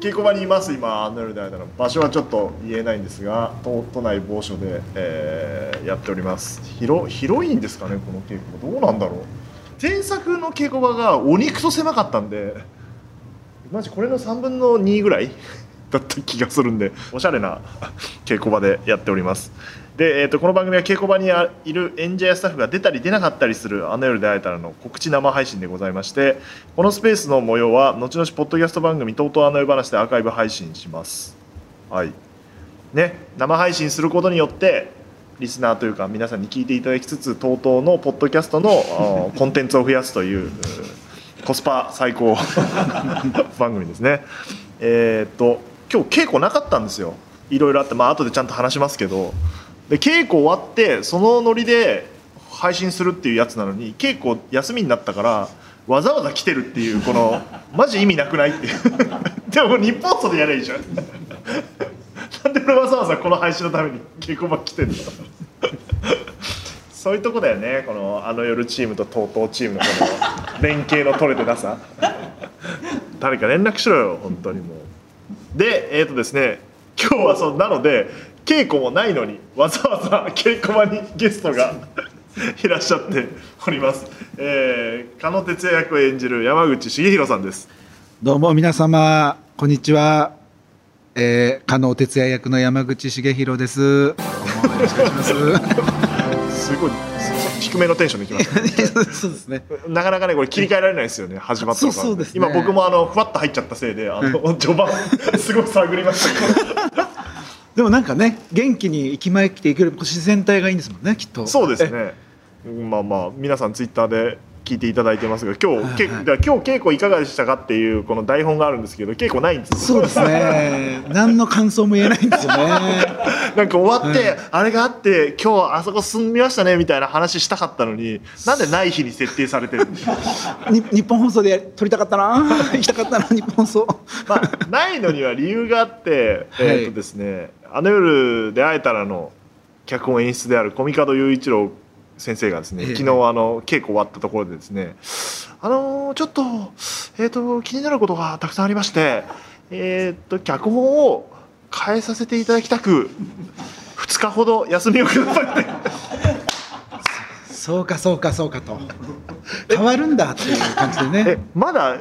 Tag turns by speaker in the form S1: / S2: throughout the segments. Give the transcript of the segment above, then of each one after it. S1: 稽古場にいます今アンドルダイナの場所はちょっと言えないんですが都都内某所で、えーやっております広広いんですかねこの稽古場どうなんだろう前作の稽古場がお肉と狭かったんでマジこれの3分の2ぐらい だった気がするんでおしゃれな 稽古場でやっておりますで、えー、とこの番組は稽古場にあいる演者やスタッフが出たり出なかったりする「あの夜で会えたら」の告知生配信でございましてこのスペースの模様は後々ポッドキャスト番組「とうとうあの夜話」でアーカイブ配信しますはいね生配信することによってリスナーというか皆さんに聞いていただきつつ TOTO のポッドキャストのあーコンテンツを増やすといううーコスパ最高番組ですねえーっと今日稽古なかったんですよいろいろあってまあ後でちゃんと話しますけどで稽古終わってそのノリで配信するっていうやつなのに稽古休みになったからわざわざ来てるっていうこのマジ意味なくないっていうでも日本そでやればいいじゃんなんで俺わざわざこの配信のために稽古場来てんのそういうとこだよねこのあの夜チームと TOTO チームのこの連携の取れてなさ誰か連絡しろよ本当にもうでえっ、とですね今日はそうなので稽古もないのにわざわざ稽古場にゲストが いらっしゃっております、えー、狩野哲也役を演じる山口茂弘さんです
S2: どうも皆様、こんにちは。えー、加納哲也役の山口茂弘です。どうもよろしくお願いし
S1: すごい低めのテンションでいきました
S2: ます。そうですね。
S1: なかなかねこれ切り替えられないですよね始まったから
S2: そうそうですね
S1: 今僕もあのふわっと入っちゃったせいであの序盤すごい探りましたけど
S2: でもなんかね、元気に駅前来ていける自然体がいいんですもんね、きっと。
S1: そうです
S2: え。
S1: ねまあまあ皆さんツイッターで聞いていただいてますが今日け
S2: はいはい
S1: だから今日稽古いかがでしたかっていうこの台本があるんですけど稽古ないんですよ
S2: そうですね。何の感想も言えないんですよね。
S1: なんか終わって、
S2: うん
S1: あれがあって今日あそこ進みましたねみたいな話したかったのになんでない日に設定されてるんですか
S2: に日本放送でやり撮りたかったな。行きたかったな、日本放送。
S1: まあないのには理由があって、
S2: はい
S1: えっ、とですね「あの夜で会えたら」の脚本演出である小門雄一郎先生がですね
S2: ええ
S1: 昨日あの稽古終わったところでですねあのーちょっと,、えー、と気になることがたくさんありまして、えー、と脚本を変えさせていただきたく2日ほど休みをくださいって
S2: そうか、そうか、そうかと。変わるんだっていう感じで
S1: え
S2: ね。
S1: まだ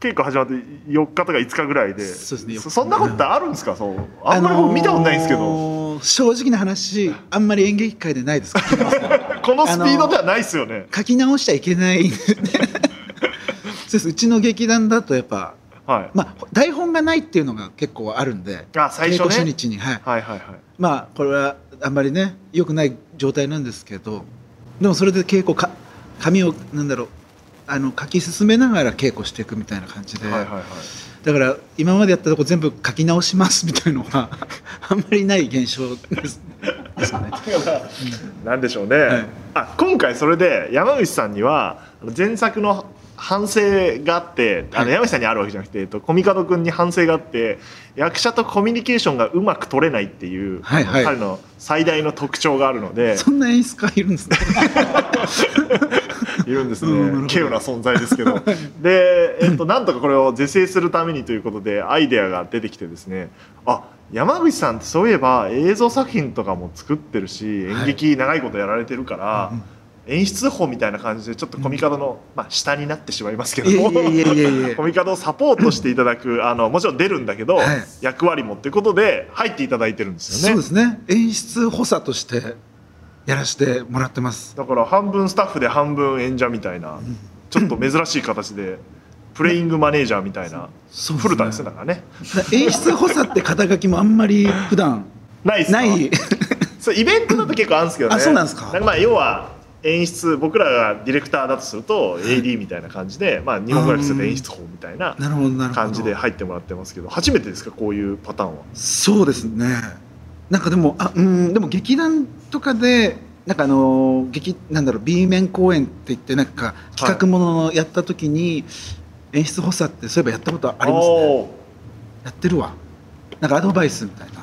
S1: 稽古始まって4日とか5日ぐらいで
S2: そうですね
S1: そそんなことってあるんですかそうあんまり僕見たことないんですけど、
S2: あのー正直な話、あんまり演劇界でないで す。
S1: このスピードではないですよね、
S2: 書き直しちゃいけないんでそうですうちの劇団だとやっぱ、
S1: はい、
S2: まあ、台本がないっていうのが結構あるんで
S1: あ最初ね
S2: 稽古初日に、はい
S1: はいはいはい
S2: まあこれはあんまりね良くない状態なんですけどでもそれで稽古か紙をなんだろうあの書き進めながら稽古していくみたいな感じで、
S1: はいはいはい
S2: だから今までやったとこ全部書き直しますみたいの はあんまりない現象ですですよね。
S1: なんでしょうね、
S2: はい
S1: あ今回それで山口さんにはあの前作の反省があってあ
S2: は
S1: の
S2: い
S1: 山口さんにあるわけじゃなくて、えっと、コミカド君に反省があって役者とコミュニケーションがうまく取れないっていう、
S2: はいはい
S1: 彼の最大の特徴があるので
S2: そんな演出家いるんですね。
S1: いるんです
S2: うんなる
S1: ね。
S2: ほど
S1: 稀有な存在です けど。で、えっと、なんとかこれを是正するためにということで、アイデアが出てきてですね。あ、山口さんってそういえば映像作品とかも作ってるし、演劇長いことやられてるから、演出法みたいな感じでちょっとコミカドの、まあ、下になってしまいますけど
S2: い
S1: も
S2: やいやいやいやい や
S1: コミカドをサポートしていただくあのもちろん出るんだけど、
S2: はい
S1: 役割もってことで入っていただいてるんですよね
S2: そうですね演出補佐としてやらせてもらってます
S1: だから半分スタッフで半分演者みたいなちょっと珍しい形でプレイングマネージャーみたいな
S2: そう
S1: 古田ですねだからね
S2: だ演出補佐って肩書きもあんまり普段
S1: ないっすか
S2: ない
S1: そうイベントだと結構あるんですけどね
S2: あそうなんですか
S1: まあ要は演出僕らがディレクターだとすると AD みたいな感じで、まあ、日本語訳すると演出法みたいな
S2: なるほどなるほど
S1: 感じで入ってもらってますけど初めてですかこういうパターンは
S2: そうですねなんかでもあうんでも劇団とかでなんかあの劇なんだろう B 面公演って言ってなんか企画ものをやった時に、演出補佐ってそういえばやったことありますね
S1: おー
S2: やってるわなんかアドバイスみたいな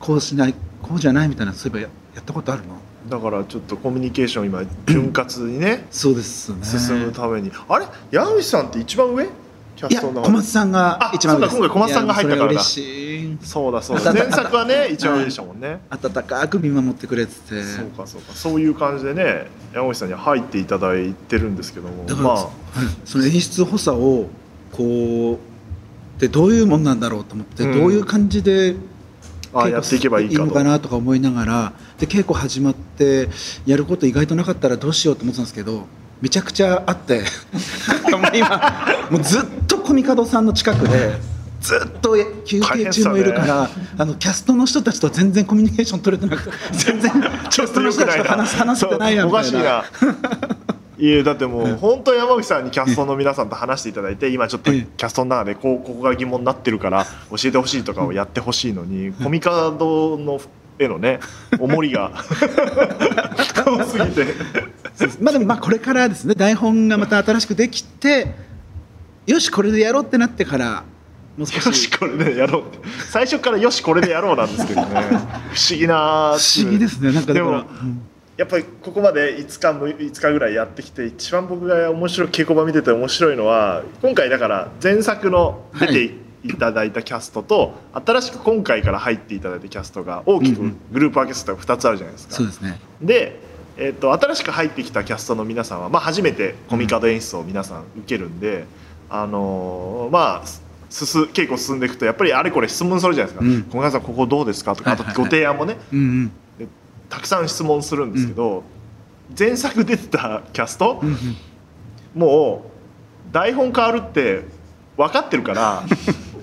S2: こうしないこうじゃないみたいなそういえばややったことあるの
S1: だからちょっとコミュニケーション今潤滑にね
S2: そうですよね
S1: 進むためにあれ矢口さんって一番上キャ
S2: いや
S1: ストの
S2: 小
S1: 中で
S2: 松さんが一番上で
S1: あ
S2: す
S1: そうだ今回小松さんが入ったからだ
S2: いやもうそれ嬉しい
S1: そうだそう
S2: あ
S1: だ
S2: ったあっ
S1: 前
S2: た
S1: 作はね一番上でしたもんね、
S2: 温かく見守ってくれてて
S1: そうかそうかそういう感じでね山口さんには入っていただいてるんですけども
S2: だから、
S1: ま
S2: はいその演出補佐をこうでどういうもんなんだろうと思って、
S1: うん
S2: どういう感じで
S1: ああやっていけばいいか
S2: の
S1: と
S2: かなとか思いながらで稽古始まってやること意外となかったらどうしようと思ってたんですけどめちゃくちゃあって もう今 もうずっとコミカドさんの近くでずっと休憩中もいるから、あのキャストの人たちと全然コミュニケーション取れてなくて全然キャストの人たちと話話せてないや
S1: そう
S2: み
S1: おか
S2: た
S1: し
S2: い
S1: い
S2: な。
S1: な いやだってもう、
S2: うん
S1: 本当に山口さんにキャストの皆さんと話していただいて今ちょっと
S2: う
S1: キ
S2: ん
S1: ャストの中でこうここが疑問になってるから教えてほしいとかをやってほしいのに、コミカドのへのね重り が多すぎて
S2: そうですまあでもまあこれからですね台本がまた新しくできてよしこれでやろうってなってからもう少
S1: よし
S2: し
S1: これでやろうって最初からよしこれでやろうなんですけどね 不思議な
S2: 不思議ですねなんかだから
S1: でも
S2: うん
S1: やっぱりここまで5日む5日ぐらいやってきて一番僕が面白い稽古場見てて面白いのは今回だから前作の出
S2: は
S1: て
S2: い
S1: いただいたキャストと、新しく今回から入っていただいたキャストが大きく
S2: うんうん
S1: グループ分けすると2つあるじゃないですか。
S2: そうですね
S1: で、えっと新しく入ってきたキャストの皆さんは、まあ、初めてコミカド演出を皆さん受けるんで、あのーまあすす稽古進んでいくとやっぱりあれこれ質問するじゃないですか「
S2: うん
S1: 小さんここどうですか?」とかあと
S2: はいはいはい
S1: ご提案もね
S2: うんうん
S1: たくさん質問するんですけど、前作出てたキャスト、
S2: うんうん
S1: もう台本変わるって分かってるから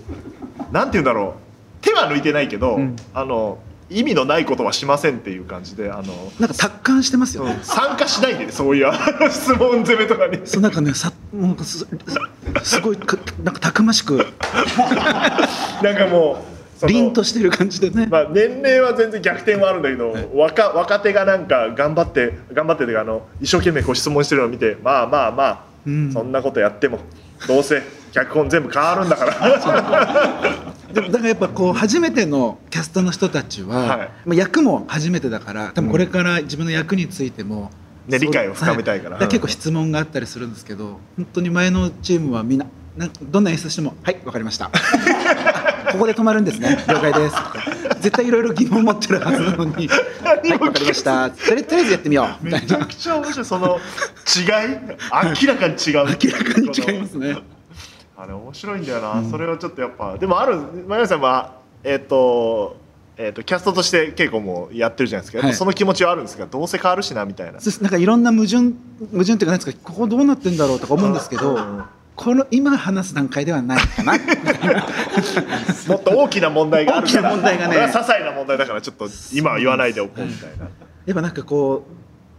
S1: なんて言うんだろう手は抜いてないけど、
S2: うん
S1: あの意味のないことはしませんっていう感じであの
S2: なんか達観してますよね
S1: 参加しないでねそういうあの 質問攻めとかに。
S2: そうなんかねさもうすすごいかなんかたくましく
S1: なんかもうその
S2: 凛としてる感じでね
S1: まあ、年齢は全然逆転はあるんだけど、若若手がなんか頑張って頑張ってというかあの一生懸命こう質問してるのを見てまあまあまあ、
S2: うん
S1: そんなことやってもどうせ脚本全部変わるんだから
S2: でもだからやっぱこう初めてのキャストの人たちは、
S1: はい
S2: まあ、役も初めてだから多分これから自分の役についても、
S1: ね
S2: そう
S1: 理解を深めたいから
S2: はだ結構質問があったりするんですけど本当に前のチームはみんななんどんな演出しても「はいわかり ました」あ「ここで止まるんですね了解です」絶対いろいろ疑問持ってるはずなのに「はいわかりました」とりあえずやってみよ うみた
S1: め
S2: い
S1: ちゃ
S2: な
S1: くちゃ面白いその違い明らかに違う
S2: 明らかに違いますね。
S1: あれ面白いんだよな、それはちょっとやっぱでもある真矢さんはえっ、とえっとキャストとして稽古もやってるじゃないですか、やっぱ
S2: はい
S1: その気持ちはあるんですがどうせ変わるしなみたいな
S2: そうですなんかいろんな矛盾矛盾っていうかなんですかここどうなってんだろうとか思うんですけどこの今話す段階ではな いかな
S1: もっと大きな問題があるから
S2: 大きな問題がね
S1: これは些細な問題だからちょっと今は言わないでおこうみたいな、
S2: やっぱなんかこう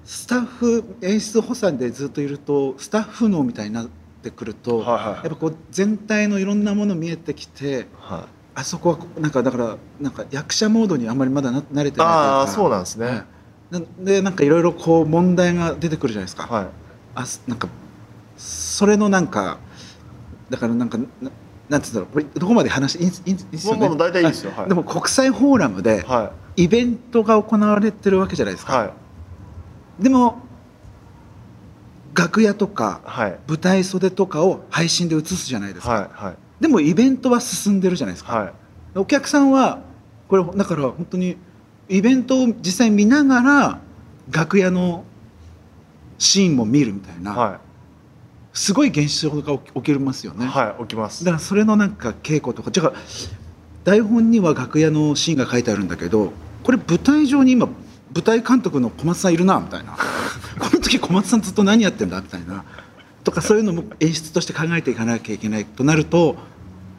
S2: スタッフ演出補佐でずっといるとスタッフ脳みたいになってくると、
S1: はいはいはい
S2: やっぱこう全体のいろんなもの見えてきて
S1: はい
S2: あそこはこうなんかだからなんか役者モードにあんまりまだな慣れてないというか
S1: ああそうなんですね、
S2: はいなんでなんかいろいろこう問題が出てくるじゃないですか、
S1: はい
S2: あすなんかそれのなんかだからなんかななんて言うんだろうこれどこまで話していいんすいいんすいいっすよ
S1: もう
S2: ね
S1: もう大体いいですよはい
S2: でも国際フォーラムで
S1: は
S2: イベントが行われてるわけじゃないです
S1: い
S2: か、
S1: はい
S2: でも楽屋とか
S1: はい
S2: 舞台袖とかを配信で映すじゃないですか、
S1: はいはい
S2: でもイベントは進んでるじゃないですか、
S1: はい
S2: お客さんはこれだから本当にイベントを実際見ながら楽屋のシーンも見るみたいな、
S1: は
S2: すごい現象が起き起きますよ
S1: い
S2: ね、
S1: はい起きます
S2: だからそれのなんか稽古とかてか台本には楽屋のシーンが書いてあるんだけどこれ舞台上に今舞台監督の小松さんいるなみたいな この時小松さんずっと何やってんだみたいなとかそういうのも演出として考えていかなきゃいけないとなると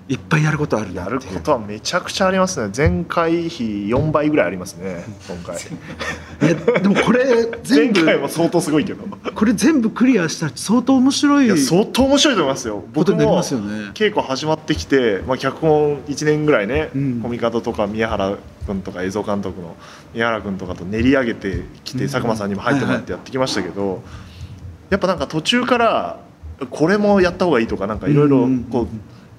S2: いっぱいやることあるな
S1: や
S2: ってい
S1: る
S2: う
S1: ことはめちゃくちゃありますね前回比4倍ぐらいありますね今回
S2: いやでもこれ全
S1: 前
S2: 部
S1: 回も相当すごいけど
S2: これ全部クリアしたら相当面白
S1: い
S2: い
S1: や相当面白いと思いますよ
S2: こ
S1: 僕
S2: とになり
S1: も
S2: ますよね。
S1: 稽古始まってきて、まあ、脚本1年ぐらいね、
S2: うん
S1: コミカドとか宮原君とか映像監督の宮原君とかと練り上げてきて、
S2: うん
S1: 佐久間さんにも入ってもらってやってきましたけど、やっぱなんか途中からこれもやった方がいいとかなんかいろいろ
S2: うん
S1: こう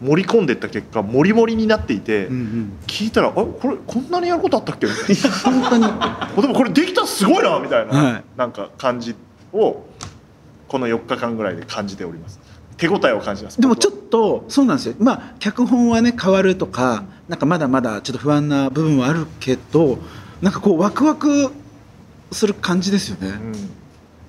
S1: 盛り込んでった結果モリモリになっていて、
S2: うん
S1: 聞いたら「あこれこんなにやることあったっけ?」 みたい
S2: うん、本当に、は
S1: なでもこれできたらすごいなみたいな、
S2: はい
S1: なんか感じをこの4日間ぐらいで感じております手応えを感じます
S2: い、でもちょっ
S1: っ
S2: とそうなんですよまあ脚本はね変わるとかなんかまだまだちょっと不安な部分はあるけどなんかこうワクワクする感じですよね、
S1: うん、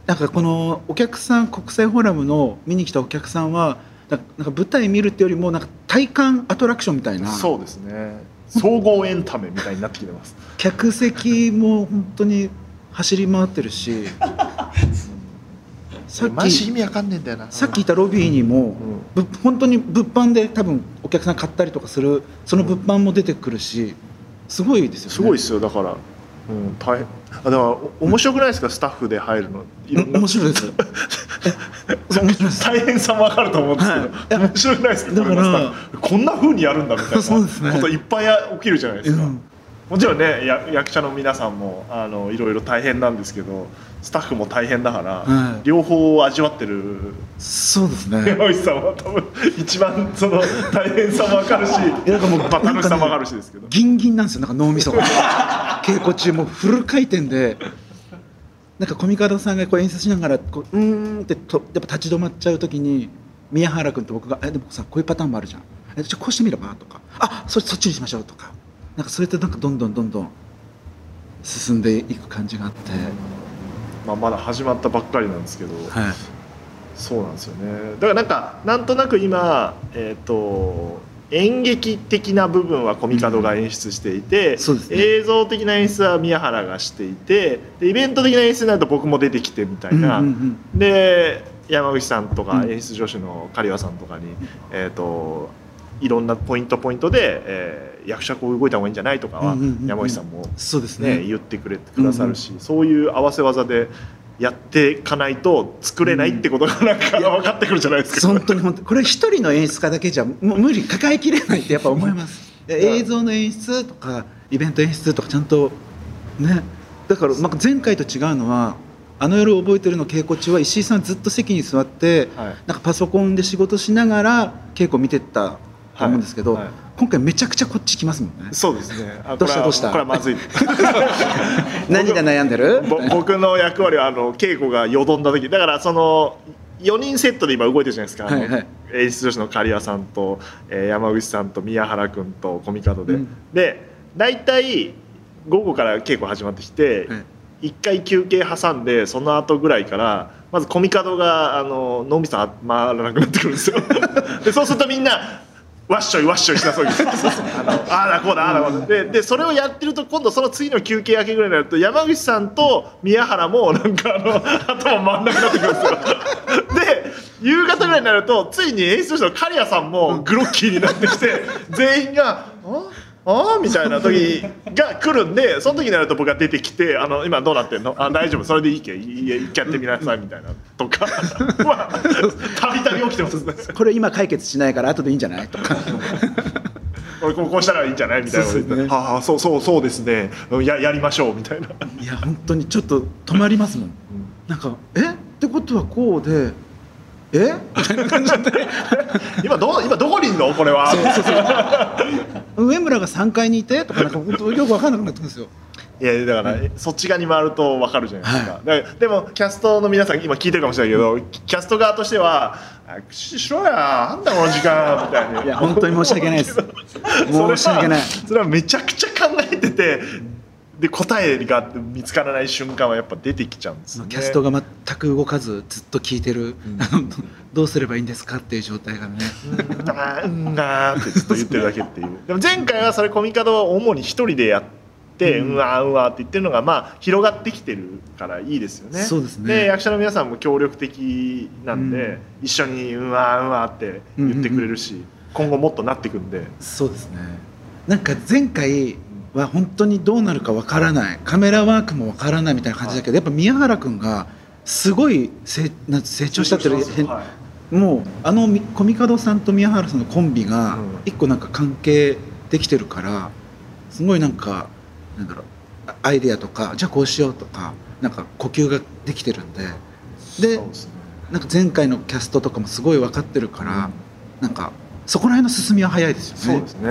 S2: なんかこのお客さん国際フォーラムの見に来たお客さんはなんかなんか舞台見るってよりもなんか体感アトラクションみたいな
S1: そうですね総合エンタメみたいになってきてます
S2: 客席も本当に走り回って るしさっ
S1: マジ意
S2: き
S1: 味わかんねえんだよな
S2: さっきいたロビーにも
S1: うん
S2: ぶ本当に物販で多分お客さん買ったりとかするその物販も出てくるしすごいですよね
S1: すごいですよだから、うん、大変あだからお面白くないですか、スタッフで入るのいろん
S2: ん
S1: な
S2: 面白いです え面白いです
S1: 大変さもわかると思うんですけど、
S2: はいいや
S1: 面白くないですか
S2: だから
S1: これのスタッフこんな風にやるんだみたいな
S2: そうですね
S1: こといっぱい起きるじゃないですか、
S2: うん
S1: もちろんねや役者の皆さんもあのいろいろ大変なんですけどスタッフも大変だから、
S2: はい
S1: 両方味わってる
S2: そうですね
S1: 山内さんは多分一番その大変さもわかるし
S2: やなんかもう
S1: まあ楽しさもわかるしですけど、
S2: ギンギンなんですよなんか脳み そが稽古中もうフル回転でなんかコカドさんがこう演出しながらこううーんってとやっぱ立ち止まっちゃう時に宮原君と僕が「えでもさこういうパターンもあるじゃんえじゃあこうしてみれば?」とか「あそそっちにしましょう」とかなんかそれってなんかどんどんどんどん進んでいく感じがあって、
S1: まあ、まだ始まったばっかりなんですけど、
S2: はい、
S1: そうなんですよねだからなんかなんとなく今えっ、と演劇的な部分はコミカドが演出していて、
S2: そうですね
S1: 映像的な演出は宮原がしていてでイベント的な演出になると僕も出てきてみたいな、
S2: うんうんうん
S1: で山口さんとか
S2: うん
S1: 演出助手の刈谷さんとかに、えー、といろんなポイントポイントで、えー役者こう動いた方がいいんじゃないとかは
S2: うんうんうんうん
S1: 山口さんも、
S2: そうですね
S1: ね言ってくれてくださるし、そういう合わせ技でやっていかないと作れないってことがなんか分かってくるじゃないですか。
S2: 本当に本当にこれ一人の演出家だけじゃもう無理抱えきれないってやっぱ思います
S1: うん
S2: 映像の演出とかイベント演出とかちゃんとねだからまあ前回と違うのはあの夜覚えてるの稽古中は石井さんずっと席に座って
S1: はい
S2: なんかパソコンで仕事しながら稽古見てったと思うんですけど、
S1: はいはい
S2: 今回めちゃくちゃこっち来ますもんね
S1: そうですね。あ
S2: どうしたどうした
S1: これはまずい。
S2: 何が悩んでる
S1: ぼ 僕の役割はあの稽古がよどんだ時だからその4人セットで今動いてるじゃないですか、あの
S2: はいはい
S1: 演出女子の刈谷さんと、えー山口さんと宮原君とコミカドで、
S2: うん
S1: で大体午後から稽古始まってきて、
S2: はい
S1: 一回休憩挟んでその後ぐらいからまずコミカドがあの脳みそ回らなくなってくるんですよでそうするとみんなわっしょいわっしょいしなそうにあのあーだこうだあーだこうだででそれをやってると今度その次の休憩明けぐらいになると山口さんと宮原もなんかあの頭回んなくなってくるんですよで夕方ぐらいになるとついに演出者の刈谷さんもグロッキーになってき て全員が「ああーみたいな時が来るんでその時になると僕が出てきて「あの今どうなってんのあ大丈夫それでいいけいいや一回やってみなさい」みたいなと かはたびたび起きてますね
S2: これ今解決しないから後でいいんじゃないとか
S1: 俺こうこうしたらいいんじゃないみたいなこと言ったら
S2: そうです
S1: は
S2: ね
S1: あはあそうそうそうですねややりましょう」みたいない
S2: や本当にちょっと止まりますもんなんか「えってことはこうでえみたいな感じで
S1: 今ど今どこにいんのこれは
S2: 上村が3階にいてとかなんか本当よく分かんなくなってくるんですよ
S1: いやだから、そっち側に回ると分かるじゃないですか,、
S2: は
S1: だからでもキャストの皆さん今聞いてるかもしれないけど、キャスト側としては「あししろやあんだこの時間」みたいない
S2: や本当に申し訳ないです
S1: それは
S2: 申し訳ない
S1: それはめちゃくちゃ考えててで答えが見つからない瞬間はやっぱ出てきちゃうんですね
S2: キャストが全く動かずずっと聞いてる、あのどうすればいいんですかっていう状態がね
S1: うんなーうんなーってずっと言ってるだけっていうでも前回はそれコミカドを主に一人でやって、う
S2: うん
S1: わーうんわーって言ってるのがまあ広がってきてるからいいですよね
S2: そうですね
S1: 役者の皆さんも協力的なんで、
S2: うん
S1: 一緒にうんわーうんわーって言ってくれるし、今後もっとなってくんで
S2: そうですねなんか前回は本当にどうなるか分からないカメラワークも分からないみたいな感じだけど、やっぱ宮原君がすごい成なんて成長したっていう
S1: 成
S2: の
S1: 長し
S2: 変
S1: ますはい
S2: もうあのみコミカドさんと宮原さんのコンビが
S1: うん
S2: 一個なんか関係できてるからすごいなんかなんだろうあアイデアとかじゃあこうしようとかなんか呼吸ができてるんでで
S1: そうですね
S2: なんか前回のキャストとかもすごい分かってるからなんかそこら辺の進みは早いですよね
S1: そうですね。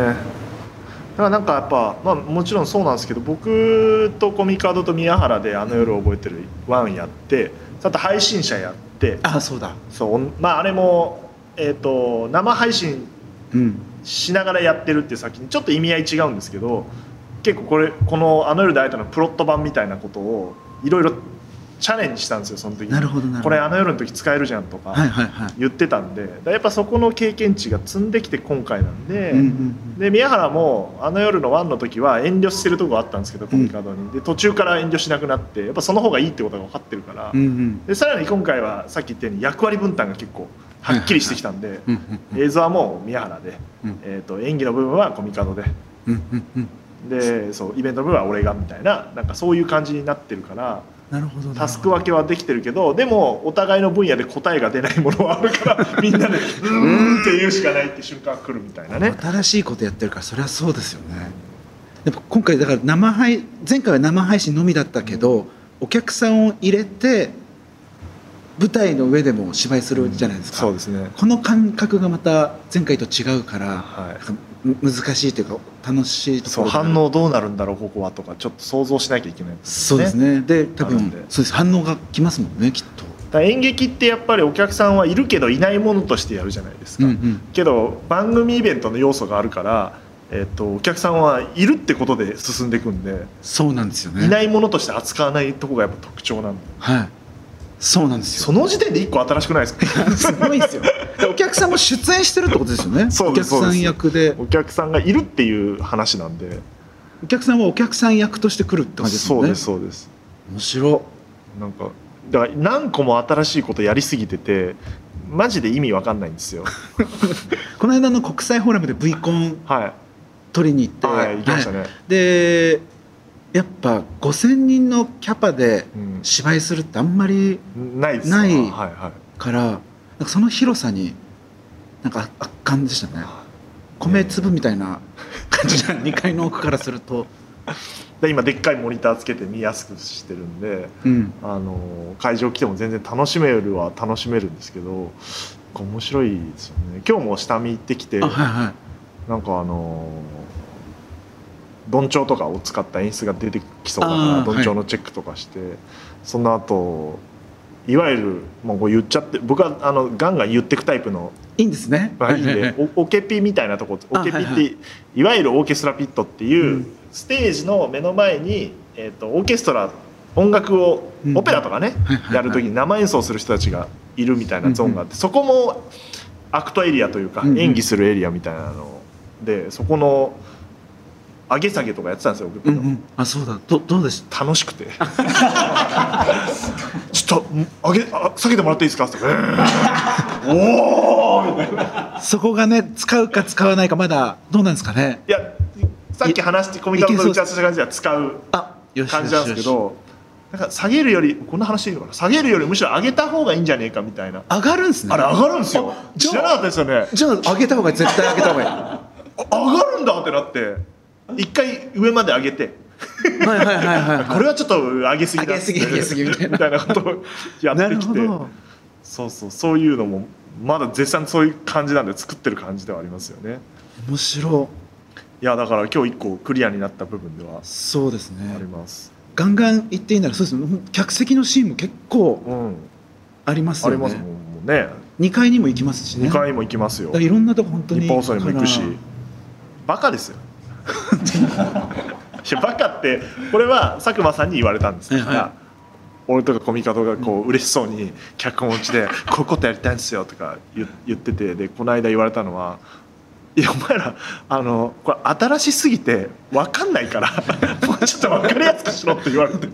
S1: だからなんかやっぱ、まあ、もちろんそうなんですけど僕とコミカドと宮原で「あの夜を覚えてる」ワンやってあと配信者やって
S2: あそうだ
S1: そうまああれも、えー、と生配信
S2: うん
S1: しながらやってるっていう先にちょっと意味合い違うんですけど結構これこの「あの夜で会えた」のプロット版みたいなことをいろいろチャレンジしたんですよその時
S2: なるほどなるほど
S1: これあの夜の時使えるじゃんとか
S2: はいはいはい、
S1: 言ってたんで、だからやっぱそこの経験値が積んできて今回なんで。
S2: うんうん
S1: で宮原もあの夜のワンの時は遠慮してるとこあったんですけどコミカドに、で途中から遠慮しなくなってやっぱその方がいいってことが分かってるから、
S2: うんうん
S1: でさらに今回はさっき言ったように役割分担が結構はっきりしてきたんで、
S2: うんうん
S1: 映像はもう宮原で、
S2: うん
S1: えー、と演技の部分はコミカドで
S2: うんうんうん
S1: でそうイベントの部分は俺がみたいななんかそういう感じになってるから
S2: なるほどなるほど
S1: タスク分けはできてるけどでもお互いの分野で答えが出ないものはあるから みんなで「うーん」って言うしかないって瞬間が来るみたいなね。
S2: 新しいことやってるからそれはそうですよねやっぱ今回だから生配前回は生配信のみだったけど、お客さんを入れて舞台の上でも芝居するじゃないですか、
S1: そうですね
S2: この感覚がまた前回と違うから、
S1: はい
S2: なんかむ難しいというか楽しいとこ
S1: そう
S2: ろ
S1: 反応どうなるんだろうここはとかちょっと想像しなきゃいけない
S2: そうですねで多
S1: なるん
S2: 分
S1: で
S2: そうです反応がきますもんねきっと、
S1: だから演劇ってやっぱりお客さんはいるけどいないものとしてやるじゃないですか、
S2: うんうん、
S1: けど番組イベントの要素があるから、えっとお客さんはいるってことで進んでいくんで、
S2: そうなんですよね
S1: いないものとして扱わないとこがやっぱ特徴なんで
S2: はいそうなんですよ
S1: その時点で一個新しくないで すか
S2: すごいですよ。でお客さんも出演してるってことですよね。
S1: そう
S2: お
S1: で
S2: 客
S1: す
S2: さん役で、
S1: お客さんがいるっていう話なんで
S2: お客さんはお客さん役として来るって感じです
S1: そ
S2: もん
S1: う
S2: ね。
S1: ですそうです
S2: 面白
S1: なんかだから何個も新しいことやりすぎててマジで意味わかんないん ですよ
S2: い。この間の国際フォーラムで V コン
S1: はい
S2: 取りに行って、
S1: はい行きましたね、
S2: はいで、やっぱ5000人のキャパで
S1: うん
S2: 芝居するってあんまり
S1: ないですか
S2: ない
S1: はいは
S2: から、なんかその広さになんか圧巻でしたね。米粒みたいな感じじゃん。2階の奥からすると、
S1: い、で今でっかいモニターつけて見やすくしてるんで、
S2: うん、
S1: あのー会場来ても全然楽しめるは楽しめるんですけど面白いですよね今日も下見行ってきて
S2: あ
S1: なんか
S2: はいはい。
S1: あのーどんちょうとかを使った演出が出てきそうだか
S2: あ
S1: ら
S2: ー
S1: どんちょうのチェックとかして、その後いわゆるもうこう言っちゃって僕はあのガンガン言ってくタイプの
S2: いいんですね。
S1: まあいいんで、おオケピみたいなとこオケピって、
S2: あはいいはい
S1: わゆるオーケストラピットっていう、
S2: うん
S1: ステージの目の前に、えー、とオーケストラ音楽を、
S2: うん
S1: オペラとかね、
S2: はいはいはい
S1: やる時に生演奏する人たちがいるみたいなゾーンがあって、そこもアクトエリアというか、
S2: うんうん
S1: 演技するエリアみたいなのでそこの上げ下げとかやってたんですよ、僕
S2: うんうん。あそうだ。どどうでした。
S1: 楽しくて ちょっと上げあ下げてもらっていいですか?」って言って
S2: そこがね使うか使わないかまだどうなんですかね
S1: いやさっき話してコミカルの打ち合わせした感じでは使う
S2: あよし
S1: 感じなんですけどなんか下げるよりこんな話でいいのかな下げるよりむしろ上げた方がいいんじゃねえかみたいな
S2: 上がるんですね
S1: あれ上がるんですよ
S2: じゃあ
S1: 知らなかったですよね
S2: じゃあ上げた方がいい絶対上げた方がいいは
S1: あ上がるんだってなって一回上まで上げて
S2: いはいはいはい、
S1: これはちょっと上げすぎだ
S2: 上げすぎ上げすぎみたいな
S1: ことをや
S2: な
S1: って
S2: る
S1: き
S2: ほ
S1: て
S2: ど
S1: そうそうそういうのもまだ絶賛そういう感じなんで作ってる感じではありますよね
S2: 面白
S1: いやだから今日一個クリアになった部分では
S2: そうです
S1: あ
S2: ね
S1: ります、
S2: ガンガン行っていいならそうですねほん客席のシーンも結構
S1: うん
S2: あります
S1: あ
S2: よ
S1: りますも
S2: ね
S1: んもうね
S2: 二階にも行きますしね
S1: 2回も行きますよ
S2: だからいろんなとこ本当に
S1: 日本放送にも行くし
S2: だか
S1: バカですよいやバカってこれは佐久間さんに言われたんですから、
S2: はいはい
S1: 俺とかコミカドがこう嬉しそうに脚本落ちで「こういうことやりたいんですよ」とか言言っててでこの間言われたのは「いやお前らあのこれ新しすぎて分かんないからもうちょっと分かりやすくしろ」って言われて
S2: ら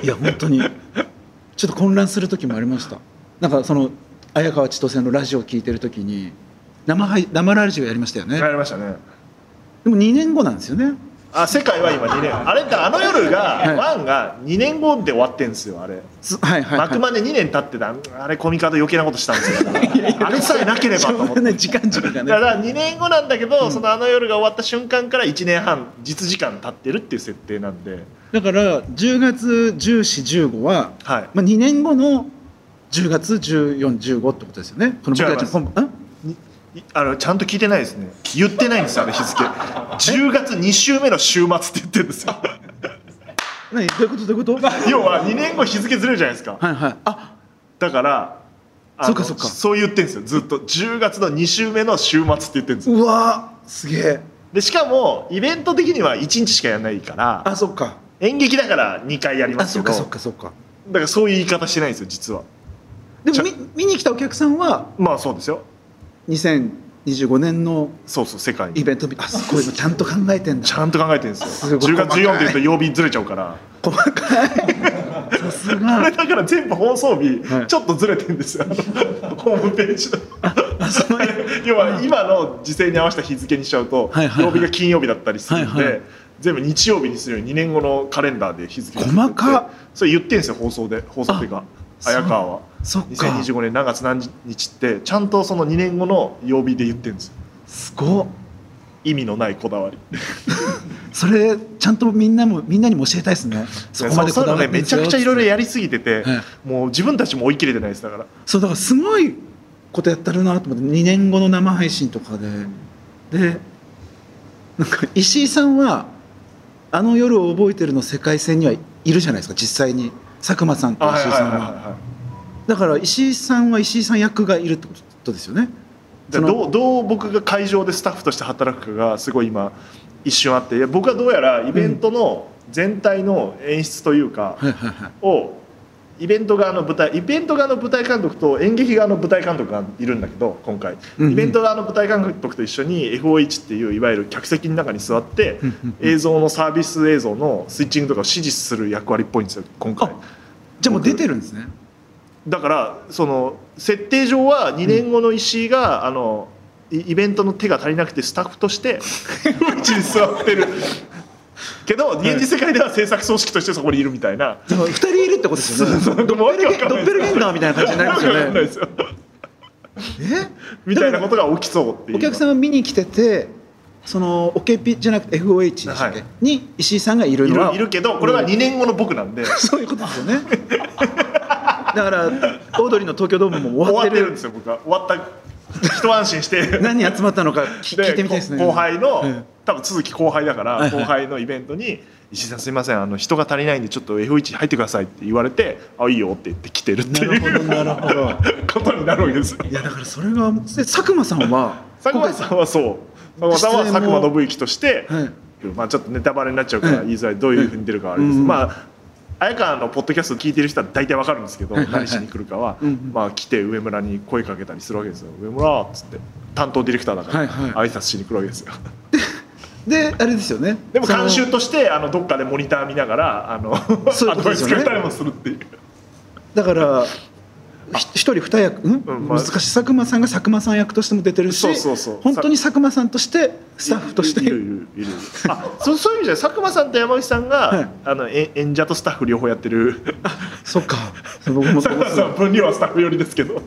S2: いや本当にちょっと混乱する時もありましたなんかその綾川千歳のラジオを聞いてる時に生配生ラジオやりましたよね、
S1: やりましたね
S2: でも2年後なんですよね
S1: あ世界は今2年あれってあの夜が、
S2: はい
S1: ワンが2年後で終わってんですよあれ
S2: すはいはい、はい、
S1: 幕まで2年経ってたあれコミカド余計なことしたんです よあれさえなければと思って
S2: ね時間軸が
S1: だか
S2: ね
S1: ら2年後なんだけど、そのあの夜が終わった瞬間から1年半実時間経ってるっていう設定なんで
S2: だから10月1415は、
S1: はい
S2: まあ、2年後の10月1415ってことですよねこの僕たちの
S1: 違い
S2: 本ん
S1: いあのちゃんと聞いてないですね言ってないんですよあの日付10月2週目の週末って言ってるんですよ
S2: 何どういうことどういうことは
S1: 要は2年後日付ずれるじゃないですか
S2: いはいあ
S1: だからあの
S2: そっかそっか
S1: そう言ってるんですよずっと10月の2週目の週末って言ってるんですよ
S2: うわーすげえ
S1: でしかもイベント的には1日しかやらないから
S2: あそっか
S1: 演劇だから2回やりま
S2: あ
S1: す
S2: そ
S1: け
S2: っ
S1: ど
S2: か
S1: だ
S2: そっ
S1: か
S2: かそっから
S1: そういう言い方してないんですよ実は
S2: で
S1: ちゃ
S2: も見見に来たお客さんは
S1: まあそうですよ
S2: 2025年の
S1: そうそう世界に
S2: イベント日あすごいのちゃんと考 えてんだ
S1: ちゃんと考えてるんです
S2: す
S1: よ
S2: ごい
S1: 10月
S2: 細
S1: 14
S2: かい
S1: って言うと曜日ずれちゃうから
S2: 細かいさす
S1: これ
S2: が
S1: だから全部放送日
S2: はい
S1: ちょっとずれてるんですよ、あのホームペー ジの
S2: その
S1: 要は今の時勢に合わせた日付にしちゃうと、
S2: はいはいはい
S1: 曜日が金曜日だったりするんで、
S2: はいはい
S1: 全部日曜日にするように2年後のカレンダーで日付を
S2: 細かっ
S1: それ言ってんですよ放送で放送っていうか
S2: そう
S1: 綾川は
S2: そっか
S1: 2025年何月何日ってちゃんとその2年後の曜日で言ってるんですよ
S2: すごっ
S1: 意味のないこだわり
S2: それちゃんとみんなもみんなにも教えたいですねそこまで
S1: そ
S2: こ
S1: うそ
S2: だ
S1: ういうの
S2: わ
S1: ね
S2: ってん
S1: め
S2: で
S1: ち
S2: す
S1: ゃ
S2: よ
S1: くちゃいろいろやりすぎてて、
S2: はい
S1: もう自分たちも追い切れてないですだから
S2: そうだからすごいことやってるなと思って2年後の生配信とかででなんか石井さんはあの夜を覚えてるの世界線にはいるじゃないですか実際に佐久間さんと
S1: あ
S2: 石井さ
S1: はいはい
S2: ん
S1: はい
S2: は
S1: はい
S2: だから石井さんは石井さん役がいるってことですよね
S1: じゃあどうどう僕が会場でスタッフとして働くかがすごい今一瞬あっていや僕はどうやらイベントの全体の演出というか
S2: はいはいはい
S1: をイベント側の舞台イベント側の舞台監督と演劇側の舞台監督がいるんだけど今回
S2: うんうん
S1: イベント側の舞台監督と一緒に FOH っていういわゆる客席の中に座って
S2: うんうん
S1: 映像のサービス映像のスイッチングとかを指示する役割っぽいんですよ今回
S2: あ。じゃあもう出てるんですね
S1: だからその設定上は2年後の石井が、あのイイベントの手が足りなくてスタッフとしてうちに座ってるけど現実世界では制作組織としてそこにいるみたいな。
S2: でも2人いるってことですよね
S1: そうもうわけわかん
S2: ド
S1: ない
S2: ッペルゲンダーみたいな感じになります
S1: わけわ
S2: よ
S1: かんない
S2: ね
S1: ですよ
S2: え
S1: みたいなことが起きそうっていう
S2: お客さんが見に来ててそのオケピじゃなくて FOH でしたっけ、
S1: はい
S2: に石井さんがいる
S1: い
S2: のは
S1: るいるけどこれは2年後の僕なんで
S2: そういうことですよねだからオードリーの東京ドームも
S1: 終
S2: 終
S1: わ
S2: わ
S1: っ
S2: っててる
S1: るんですよ僕は終わった一安心 して
S2: 何集まったのか聞聞いてみたいですね
S1: 後輩の、
S2: うん
S1: 多分続き後輩だから、
S2: はいはい
S1: 後輩のイベントに「石井さんすいませんあの人が足りないんでちょっと F1 入ってください」って言われて「あいいよ」って言って来てるって
S2: なるほど
S1: いう
S2: なるほど
S1: ことになるわけですよ
S2: いやだからそれがで佐久間さんは
S1: 佐久間さんはそう佐久間さんは佐久間信之として、
S2: 今回はい
S1: まあ、ちょっとネタバレになっちゃうから
S2: はい
S1: 言いづらいどういうふうに出るかはあれです、
S2: うん
S1: まあ綾川のポッドキャストを聞いてる人は大体わかるんですけど、
S2: はいはいはい
S1: 何しに来るかは、
S2: うんうん
S1: まあ、来て上村に声かけたりするわけですよ「上村」っつって担当ディレクターだから、
S2: はいは
S1: 挨拶しに来るわけ ですよ。
S2: であれですよね
S1: でも
S2: その
S1: 監修としてあのどっかでモニター見ながらあの
S2: そういうことですよ
S1: アドバイスく
S2: ね
S1: れたりもするっていう
S2: だからひ一人二役、うん
S1: うんまあ
S2: 難しい佐久間さんが佐久間さん役としても出てるし
S1: そうそうそう
S2: 本当に佐久間さんとしてスタッフとして
S1: いるいるいるあそうそういう意味じゃない佐久間さんと山口さんが、
S2: はい
S1: あのえ演者とスタッフ両方やってる
S2: そっか僕も
S1: 佐久間さん分量はスタッフ寄りですけど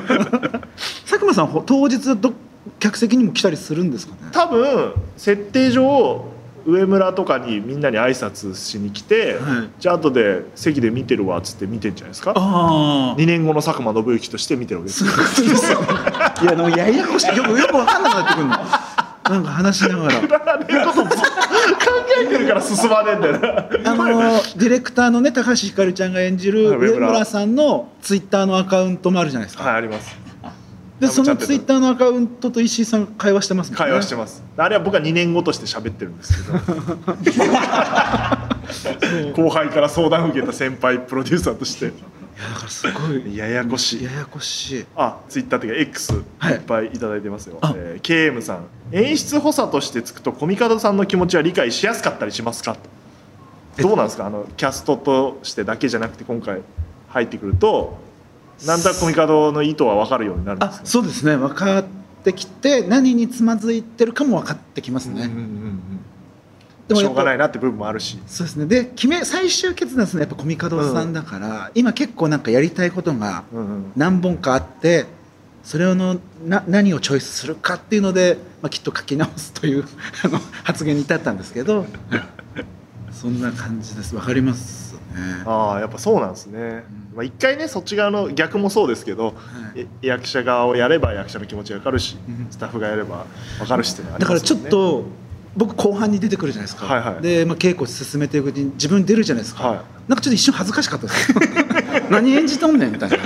S2: 佐久間さんほ当日ど客席にも来たりするんですかね
S1: 多分設定上上村とかにみんなに挨拶しに来て、
S2: はい
S1: じゃあ後で席で見てるわっつって見てんじゃないですか
S2: あ
S1: 2年後の佐久間信之として見てるわけですよ
S2: そうですよね いやでもややこしいよくよく分かんなくなってくるのなんか話しながら
S1: くだらねえこと ずっと考えてるから進まねえんだよな
S2: あのーディレクターのね高橋ひかるちゃんが演じる
S1: はい上
S2: 上
S1: 村
S2: 村さんのツイッターのアカウントもあるじゃないですか、
S1: はいあります
S2: で
S1: ダブチャンネ
S2: その
S1: ル
S2: ツイッターのアカウントと石井さんが会話してますもんね
S1: 会話してます、あれは僕は2年後として喋ってるんです けど後輩から相談を受けた先輩プロデューサーとして
S2: いやだからすごい
S1: ややこしい
S2: ややこしい
S1: あツイッターというか X い
S2: はい
S1: っぱいいただいてますよ、
S2: あ
S1: えー KM さん演出補佐としてつくとコミカドさんの気持ちは理解しやすかったりしますか
S2: えっと
S1: どうなんですかあのキャストとしてだけじゃなくて今回入ってくるとなんとなくコミカドの意図は分かるようになるんで
S2: あ
S1: すか
S2: そうですね分かってきて何につまずいてるかも分かってきますね、
S1: うんうんうんう
S2: で
S1: ん、
S2: も
S1: し
S2: や
S1: ょ
S2: っ
S1: うが
S2: ぱ
S1: ないなって部分もあるし
S2: そうですねで決め最終決断するのはやっぱコミカドさんだから、今結構なんかやりたいことが
S1: うんうん
S2: 何本かあってそれをのな何をチョイスするかっていうので、まあ、きっと書き直すという あの発言に至ったんですけどそんな感じです分かりますね。
S1: ああやっぱそうなんですね
S2: うん
S1: まあ、一回ねそっち側の逆もそうですけど
S2: はい
S1: え役者側をやれば役者の気持ちが分かるし
S2: うん
S1: スタッフがやれば分かるしってのはあり
S2: だか
S1: ま
S2: ら
S1: す
S2: ちょ
S1: よ
S2: っ
S1: ね
S2: と僕後半に出てくるじゃないですか、
S1: はいはい
S2: で、まあ、稽古進めていくうちに自分出るじゃないですか、
S1: は
S2: なんかちょっと一瞬恥ずかしかったです 何演じとんねんみたいな
S1: い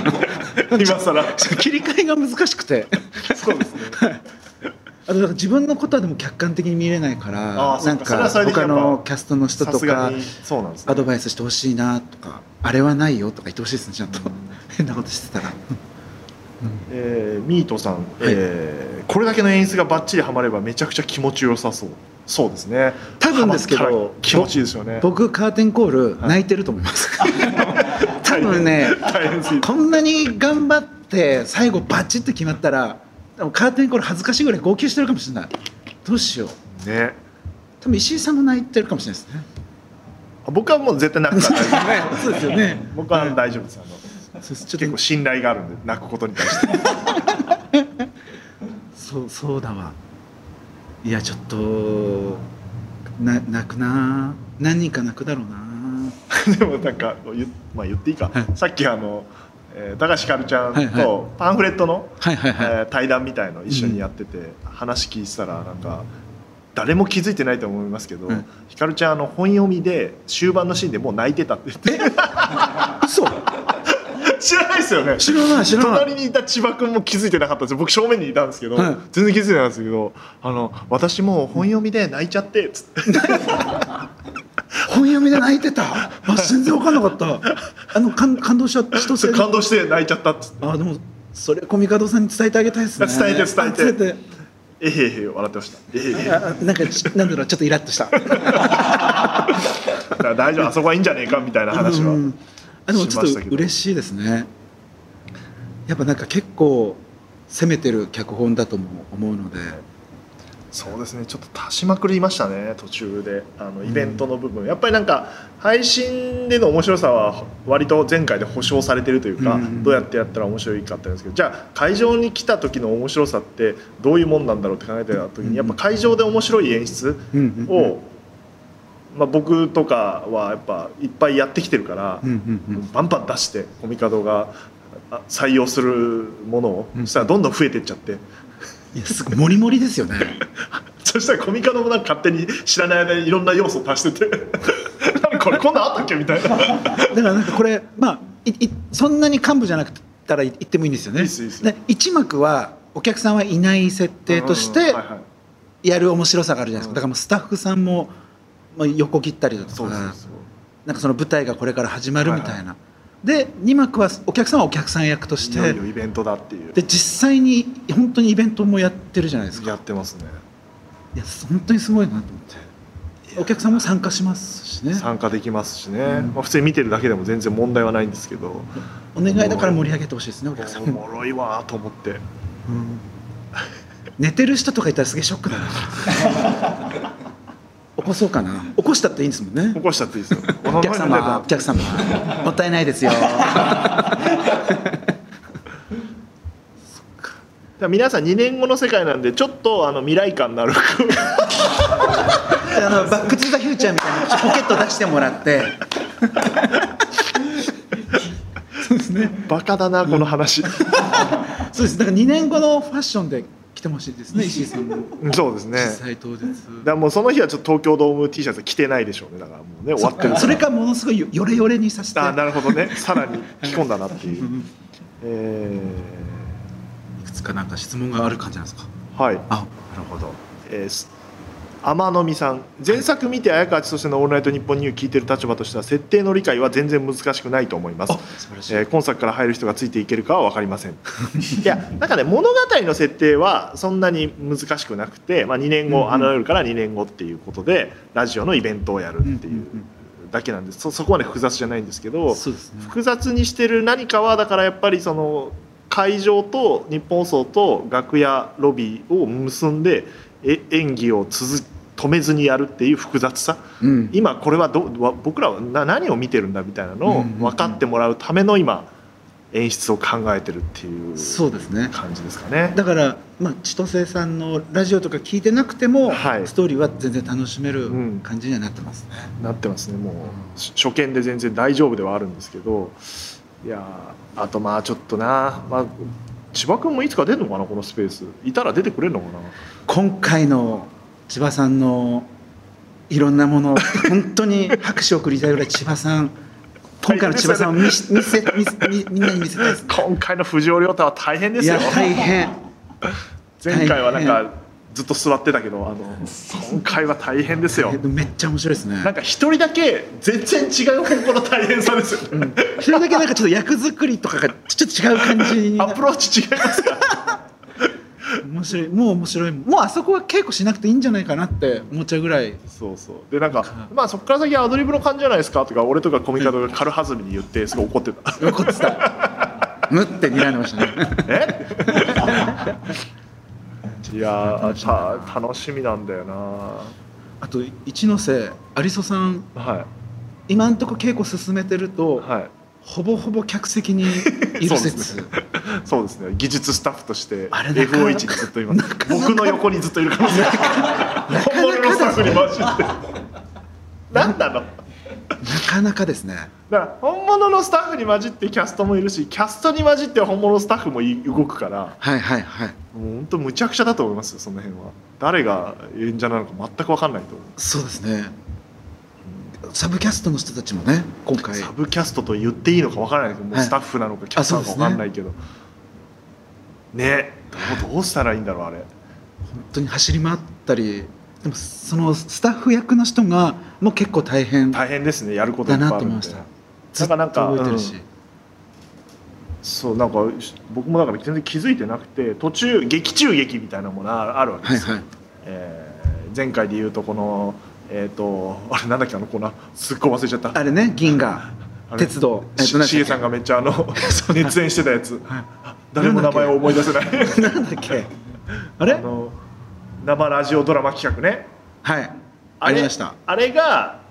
S1: 今更
S2: 切り替えが難しくて
S1: そうですね
S2: あとなんか自分のことはでも客観的に見れないか
S1: あ
S2: ら
S1: ー
S2: なん
S1: そっかそれは
S2: か
S1: それでや
S2: 他
S1: っぱ
S2: のキャストの人
S1: さ
S2: と
S1: すが
S2: か
S1: にそうなんです
S2: ア
S1: ね
S2: ドバイスしてほしいなとかあれはないよとか言ってほしいですねちゃんと 変なことしてたら、
S1: えーミートさん、えーこれだけの演出がバッチリはまればめちゃくちゃ気持ちよさそうそうですね
S2: 多分ですけ
S1: ハ
S2: ど
S1: マったら 気持ちいいですよね
S2: 僕カーテンコール泣いてると思 います、多分ね
S1: 大変すぎて
S2: こんなに頑張って最後バチッと決まったらでもカーテンコール恥ずかしいぐらい号泣してるかもしれないどうしよう
S1: ね
S2: 多分石井さんも泣いてるかもしれな いですね
S1: 僕はもう絶対泣くから大 丈
S2: そうですよ ね
S1: 夫僕は大丈夫ですあの
S2: そうですちょ
S1: 結
S2: っ
S1: 構
S2: と
S1: 信頼があるんで泣くことに対 して
S2: そうそうだわいやちょっとな泣くな何人か泣くだろうな
S1: でもなんか言,、まあ、言っていいか、
S2: はい
S1: さっきあの、えー、高橋ひかるちゃ
S2: はい
S1: ん
S2: は
S1: とパンフレットの、
S2: はいはいはい、
S1: えー対談みたいの一緒にやってて、話聞いてたらなんか誰も気づいてないと思いますけど、
S2: うん
S1: ひかるちゃんあの本読みで終盤のシーンでもう泣いてたって言って
S2: 嘘
S1: 知らないですよね
S2: 知らない知らない
S1: 隣にいた千葉君も気づいてなかったんですよ僕正面にいたんですけど、
S2: はい
S1: 全然気づいてなかったんですけどあの私もう本読みで泣いちゃってつって
S2: 本読みで泣いてたあ全然分かんなか ったあの感感動しちゃった人
S1: それ感動して泣いちゃったっつって
S2: あでもそれコミカドさんに伝えてあげたいですね
S1: 伝えて伝えて
S2: 伝えて
S1: えへへ笑ってましたえへへ
S2: あなんかちなんだろうちょっとイラッとした
S1: だから大丈夫あそこはいいんじゃねえかみたいな話は、
S2: うんあでもちょ
S1: しま
S2: っ
S1: し
S2: と
S1: たけど
S2: 嬉しいですねやっぱなんか結構攻めてる脚本だとも思うので
S1: そうですねちょっと足しまくりましたね途中であのイベントの部分、やっぱりなんか配信での面白さは割と前回で保証されてるというか、
S2: うん
S1: どうやってやったら面白いかってあるんですけどじゃあ会場に来た時の面白さってどういうもんなんだろうって考えてた時に、
S2: うん
S1: やっぱ会場で面白い演出
S2: うんうんうん
S1: を、まあ、僕とかはやっぱいっぱいやってきてるから、
S2: うんうんうん
S1: バンバン出してコミカドがあ採用するものを、
S2: うん
S1: そしたらどんどん増えていっちゃって
S2: いやすごいモリモリですよね
S1: そしたらコミカドもなんか勝手に知らない間にいろんな要素を足してて なんかこれこんなんあったっけみたいな
S2: だからなんかこれまあいいそんなに幹部じゃなくたら言ってもいいんですよね
S1: いいっすいいっす
S2: で一幕はお客さんはいない設定として
S1: うんはいはい
S2: やる面白さがあるじゃないですか、
S1: うん
S2: だからもうスタッフさんもまあ横切ったりだと
S1: そうそう
S2: か
S1: そう
S2: なんかその舞台がこれから始まるみたいな、で2幕はお客さんはお客さん役として
S1: いよいよイベントだっていう
S2: で実際に本当にイベントもやってるじゃないですか
S1: やってますね
S2: いや本当にすごいなと思ってお客さんも参加しますしね
S1: 参加できますしね、
S2: うん
S1: まあ、普通に見てるだけでも全然問題はないんですけど
S2: お願いだから盛り上げてほしいですねお客さん
S1: お
S2: も、
S1: もろいわーと思って
S2: うん寝てる人とかいたらすげえショックだな 起こそうかな起こしたっていいんですもんね
S1: 起こしちゃっていいですよ
S2: お客様お客様もったいないですよ
S1: だから皆さん2年後の世界なんでちょっとあの未来感のある
S2: あのバック・トゥ・ザ・フューチャーみたいなポケット出してもら ってそうですね
S1: バカだなこの 話
S2: そうですだから2年後のファッションで来てほしいです ね石井さんも
S1: そうです
S2: 実
S1: ね
S2: 際当日
S1: だからもうその日はちょっと東京ドーム T シャツ着てないでしょうねだからもうね終わってる
S2: それかものすごいよれよれにさせて
S1: あなるほど ねさらに着込んだなっていうう、
S2: ん
S1: え
S2: いくつかなんか質問がある感じなんですか
S1: ーはい
S2: あなるほど
S1: えーす天海さん前作見て綾川千歳の「オールナイトニッポンニュー」聞いてる立場としては設定の理解は全然難しくないと思います
S2: あ素晴らしい
S1: えー今作から入る人がついていけるかは分かりません いやなんかね物語の設定はそんなに難しくなくて、まあ、2年
S2: うんう
S1: 後
S2: ん
S1: あの夜から2年後っていうことでラジオのイベントをやるっていうだけなんですそそこまで複雑じゃないんですけど
S2: そうですね
S1: 複雑にしてる何かはだからやっぱりその会場と日本放送と楽屋ロビーを結んでえ演技を続止めずにやるっていう複雑さ
S2: うん
S1: 今これはどわ僕らはな何を見てるんだみたいなのを
S2: うんうんうん
S1: 分かってもらうための今演出を考えてるっていう
S2: そうですね
S1: 感じですかね。
S2: だからまあ、千歳さんのラジオとか聞いてなくても、
S1: はい
S2: ストーリーは全然楽しめる
S1: うん
S2: 感じにはなってますね、
S1: なってますねもうし初見で全然大丈夫ではあるんですけどいやーあとまあちょっとな、まあ、千葉君もいつか出るのかなこのスペースいたら出てくれるのかな
S2: 今回の千葉さんのいろんなもの本当に拍手を送りたいぐらい千葉さん今回の千葉さんを見し見せ見せみみんなに見せたいですね
S1: 今回の藤尾亮太は大変で
S2: い
S1: すよ
S2: や大変
S1: 前回はなん
S2: 大
S1: かずっと座ってたけどあの今回は大変ですよ
S2: えっとめっちゃ面白いですね
S1: なんか一人だけ全然違う方向の大変さですよね、
S2: それだけなんかちょっと役作りとかがちょっと違う感じにな
S1: アプローチ違いますか
S2: 面白いもう面白いもうあそこは稽古しなくていいんじゃないかなって思っちゃうぐらい
S1: そうそうでなんか、まあ、そこから先はアドリブの感じじゃないですかとか俺とかコミカドが軽はずみに言ってすごい怒ってた
S2: 怒ってたむって睨んでましたね
S1: えいやーた楽しみなんだよな
S2: あと一ノ瀬有磯さん
S1: は
S2: 今んとこ稽古進めてると、
S1: いはい
S2: ほぼほぼ客席に いる
S1: そうで
S2: 説、
S1: すそうですね技術スタッフとして
S2: あれなか
S1: FO1 にずっといます僕の横にずっといる可能性本物のスタッフに回して何なのだか
S2: なかなかですね
S1: ら本物のスタッフに混じってキャストもいるしキャストに混じって本物のスタッフもい動くから
S2: はいはいはい
S1: もう本当むちゃくちゃだと思いますよその辺は誰が演者なのか全く分かんないと思う
S2: そうですねサブキャストの人たちもね今回
S1: サブキャストと言っていいのかわからないけど、もう
S2: はい
S1: スタッフなのかキャストなのかわかんないけど、ねどうどうしたらいいんだろうあれ
S2: 本当に走り回ったりでもそのスタッフ役の人がもう結構大変
S1: 大変ですねやることいっぱいある
S2: だなと思い
S1: ん
S2: ま
S1: で
S2: した
S1: な
S2: ず
S1: ん
S2: っ
S1: か
S2: と
S1: なんか
S2: 動いてるし、
S1: うんそうなんか僕もだから全然気づいてなくて途中劇中劇みたいなものがあるわけ
S2: は
S1: で
S2: い
S1: すよ、
S2: はい
S1: えー前回で言うとこのえっ、とあれなんだっけあのコーナーすっごい忘れちゃった
S2: あれね銀河
S1: あれ
S2: 鉄道えっと
S1: し
S2: 何でしたっ
S1: しげ
S2: け
S1: さんがめっちゃ あの熱演してたやつ
S2: はい
S1: 誰も名前を思い出せない
S2: なんだっけあれ
S1: あの生ラジオドラマ企画ね
S2: はい
S1: あ
S2: あ
S1: れ
S2: りました
S1: あれが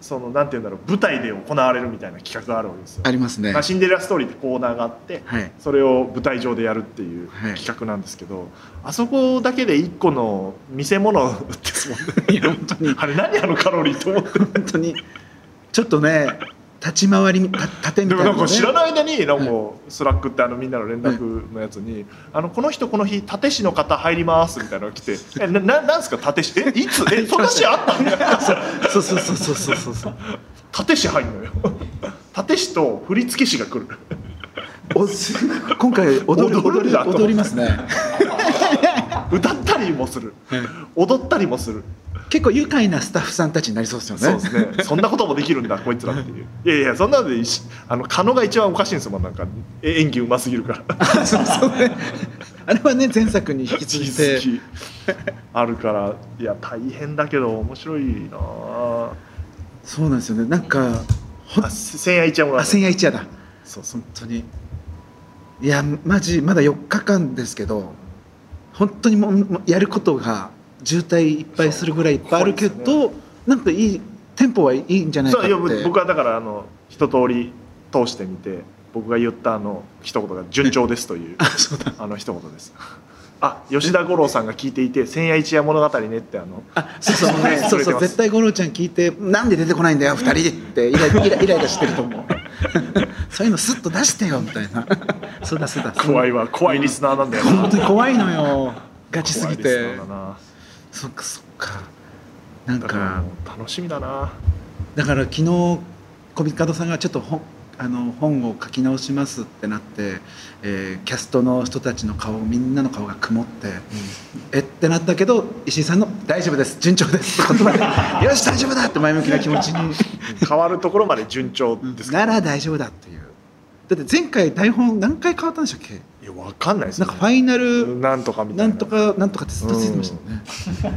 S1: そのなんて言うんだろう舞台で行われるみたいな企画があるわけですよ、
S2: ありますね
S1: まあ、シンデレラストーリーってコーナーがあって、
S2: はい
S1: それを舞台上でやるっていう
S2: はい
S1: 企画なんですけど、あそこだけで一個の見せ物ですもんね
S2: いや本当に
S1: あれ何あのカロリーと思って
S2: 本当にちょっとね立ち回りた縦み
S1: で
S2: た
S1: も
S2: いな
S1: な
S2: の
S1: んか知ら
S2: ね
S1: ない間になんかスラックってあのみんなの連絡のやつに「あのこの人この日立石の方入ります」みたいなのが来て「えなななんすか立石えいつ えそんなシーンあったんだよ」
S2: そうそうそうそうそうそうそう
S1: 立石入んのよ立石と振付師が来る
S2: おす今回踊る
S1: 踊
S2: 踊
S1: る
S2: り
S1: だと
S2: 踊りますね
S1: 歌ったりもする踊ったりもする
S2: 結構愉快なスタッフさんたちになりそうですよね
S1: そうですね そんなこともできるんだこいつらっていういやいやそんなのでいしあの狩野が一番おかしいんですもんなんかえ演技うますぎるから
S2: そうそうねあれはね前作に引き続いて
S1: 引き続きあるからいや大変だけど面白いなあ
S2: そうなんですよねなんかほん
S1: あせ千夜一夜も
S2: あ千夜一夜だ
S1: そうそう
S2: 本当にいやマジまだ4日間ですけど本当にもうもうやることが渋滞いっぱいするぐらいいっぱいあるけ
S1: そう
S2: ど、なんかいいテンポはいいんじゃないか
S1: そう
S2: っ
S1: い
S2: て
S1: や僕はだからあの一通り通してみて僕が言ったあの一言が「順調です」と いう
S2: あ そうだ
S1: あの一言です。あ、吉田五郎さんが聞いていて、千夜一夜物語ねって、あの。
S2: あそうそう
S1: ね
S2: そう
S1: 触れて
S2: そ
S1: ま
S2: う
S1: す
S2: 絶対五郎ちゃん聞いてなんで出てこないんだよ二人ってイライライライラしてると思う そういうのスッと出してよみたいな そうだそうだ
S1: 怖いわ、怖いリスナーなんだよな。
S2: 本当に怖いのよガチすぎ
S1: 怖いリ
S2: て
S1: スナーだな。
S2: そっかそっかなん
S1: だから、
S2: か
S1: もう楽しみだな。
S2: だから昨日小見門さんがちょっと本あの本を書き直しますってなって、えーキャストの人たちの顔みんなの顔が曇って、えってなったけど石井さんの「大丈夫です順調です」って 言葉で「よし大丈夫だ!」って前向きな気持ちに
S1: 変わるところまで順調ですか。
S2: なら大丈夫だっていうだって前回台本何回変わったんでしたっけ
S1: いや、わかんないです、
S2: な
S1: ね。
S2: んかファイナル、
S1: なんとかみた
S2: ない
S1: な。
S2: んと。かなんとかってずっとついてましたよね。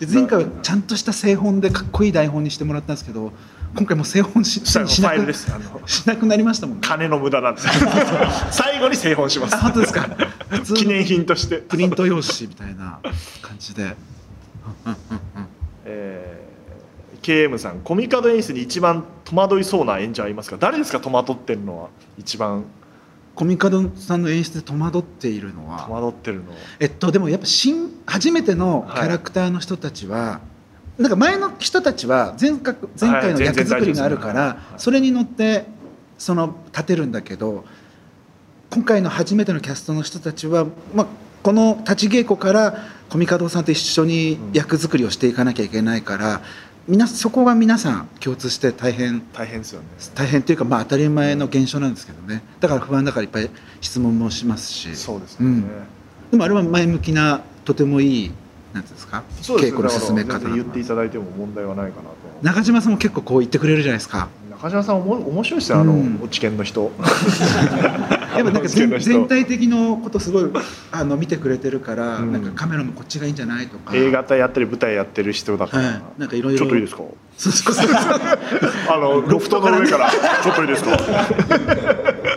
S2: で前回はちゃんとした製本でかっこいい台本にしてもらったんですけど今回もう製本し
S1: したらフ
S2: しな
S1: ァイル
S2: く
S1: です。あの。
S2: しなくなりましたもんね。
S1: 金の無駄 なんです。最後に製本します
S2: あ。本当です か普通の
S1: 記念品として。
S2: プリント用紙みたいな感じで。
S1: えー KM さんコミカド演出に一番戸惑いそうな演者はいますか誰ですか戸惑ってるのは一番
S2: コミカドさんの演出で戸惑っているのは
S1: 戸惑ってるの
S2: えっと、でもやっぱ新初めてのキャラクターの人たちは、なんか前の人たちは前回前回
S1: は
S2: の
S1: い全
S2: 役
S1: 然大丈夫
S2: 作りがあるから、
S1: はい
S2: それに乗ってその立てるんだけど今回の初めてのキャストの人たちは、まあ、この立ち稽古からコミカドさんと一緒に役作りをしていかなきゃいけないから、みなそこが皆さん共通して大変
S1: 大変ですよね
S2: 大変というか、まあ、当たり前の現象なんですけどねだから不安だからいっぱい質問もしますし。
S1: そうですよね、
S2: うんでもあれは前向きなとてもいいなんていうんですか
S1: そうです
S2: 稽古の進め
S1: だ
S2: 方
S1: から全然言っていただいても問題はないかなと
S2: 中島さんも結構こう言ってくれるじゃないですか
S1: 中島さんおも面白いですよあの、
S2: うん
S1: 知見の 人
S2: やっぱなん
S1: そ
S2: か
S1: う
S2: 全
S1: です
S2: 全体的のことすごいあの見てくれてるから、
S1: うん
S2: なんかカメラもこっちがいいんじゃないとか
S1: 映画やったり舞台やってる人だから、
S2: はいなんかいろいろ
S1: ちょっといいですか
S2: そうそうそう
S1: あのロフトの上からちょっといいですか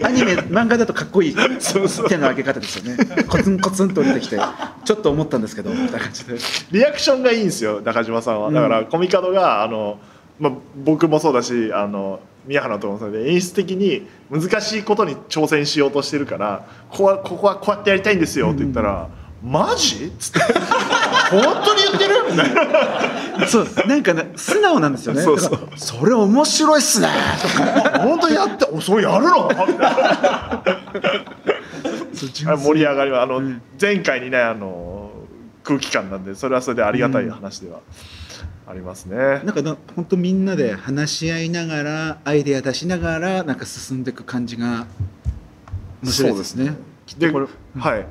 S2: アニメ漫画だとかっこいい
S1: そうそう
S2: 手の上げ方ですよねコツンコツンと降りてきてちょっと思ったんですけどみたいな感じで
S1: リアクションがいいんですよ中島さんはだからコミカドがあの、まあ、僕もそうだしあの宮原ともそうで演出的に難しいことに挑戦しようとしてるからここはここはこうやってやりたいんですよって言ったら「マジ?」っつって「本当に言ってる?」みたいな
S2: そうなんかね素直なんですよね
S1: そうそう
S2: だからそれ面白いっすねとか
S1: 「本当にやっておそうやるの?」みたいな
S2: そう純粋
S1: 盛り上がりはあの、
S2: うん
S1: 前回にねあの空気感なんでそれはそれでありがたい話ではありますね。
S2: なんかな本当みんなで話し合いながらアイデア出しながらなんか進んでいく感じが面白いですね。きっ
S1: で
S2: とこれ
S1: はい。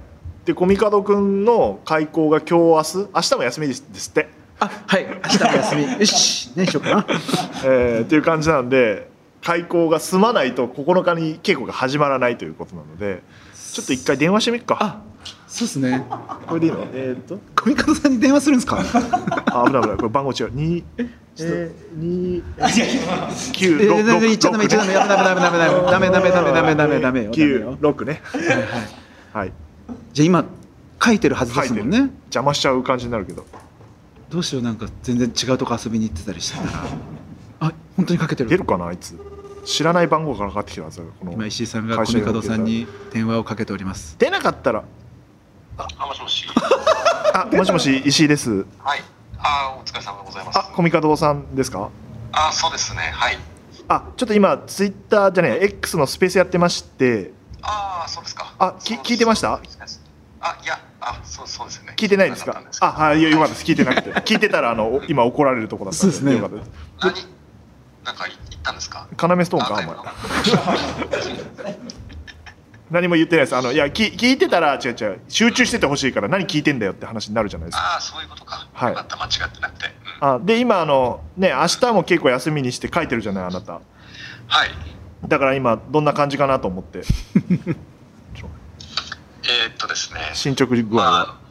S1: で、コミカドくんの開講が今日明日、明日も休みですですって、
S2: あはい明日も休 みよし何しようかな。
S1: えーっていう感じなんで、開講が済まないと9日に稽古が始まらないということなので、ちょっと一回電話してみっか。
S2: そうですね。
S1: これでいいの？えーっと、
S2: コミカドさんに電話するんです か。
S1: あ危ない危ない。これ番号違う。二え二
S2: え
S1: 九
S2: ー、
S1: 六
S2: 全然言っちゃ
S1: 六
S2: ダメ言っちゃダメダメダメダメダメダメダメダメダメダメダメよダメ
S1: 九
S2: よ。
S1: 六ね。はい。
S2: じゃあ今書いてるはずですもん
S1: 書い
S2: ね。
S1: 邪魔しちゃう感じになるけど、
S2: どうしようなんか全然違うとこ遊びに行ってたりして たら。あ本当にかけて
S1: 出
S2: る。
S1: るかなあいつ。知らない番号からかかってきたはずこの。
S2: 今石井さんがコミカドさんに電話をかけております。
S1: 出なかったら
S3: あ、もしもし。
S1: あ、もしもし、石井です。
S3: はい。あ、お疲れ様でございます。
S1: あ、コミカドさんですか。
S3: あ、そうですね。はい。
S1: あ、ちょっと今、ツイッターじゃねえ、X のスペースやってまして。
S3: あ、そうですか。
S1: あき聞いてました
S3: あ、いや、あ、そう、そうですね。
S1: 聞いてないです
S3: な
S1: か
S3: んです。
S1: あ、はい、よよかったです。聞いてなくて、聞いてたら、あの、お今怒られるとこだったん。
S2: そうですね
S1: よかったです。
S3: 何。なんか、言ったんですか。
S1: カナメストーンか、お
S3: あ
S1: 前。 何も言ってないです。あの、いや、き、聞いてたら、違う違う、集中しててほしいから、何聞いてんだよって話になるじゃないですか。
S3: あ、そういうことか。
S1: はい
S3: よかった、間違ってなくて。うん
S1: あ、で、今、あの、ね、明日も結構休みにして書いてるじゃない、あなた。
S3: はい。
S1: だから、今、どんな感じかなと思って。ちょ
S3: えーっとですね。
S1: 進捗具合は。
S3: まあ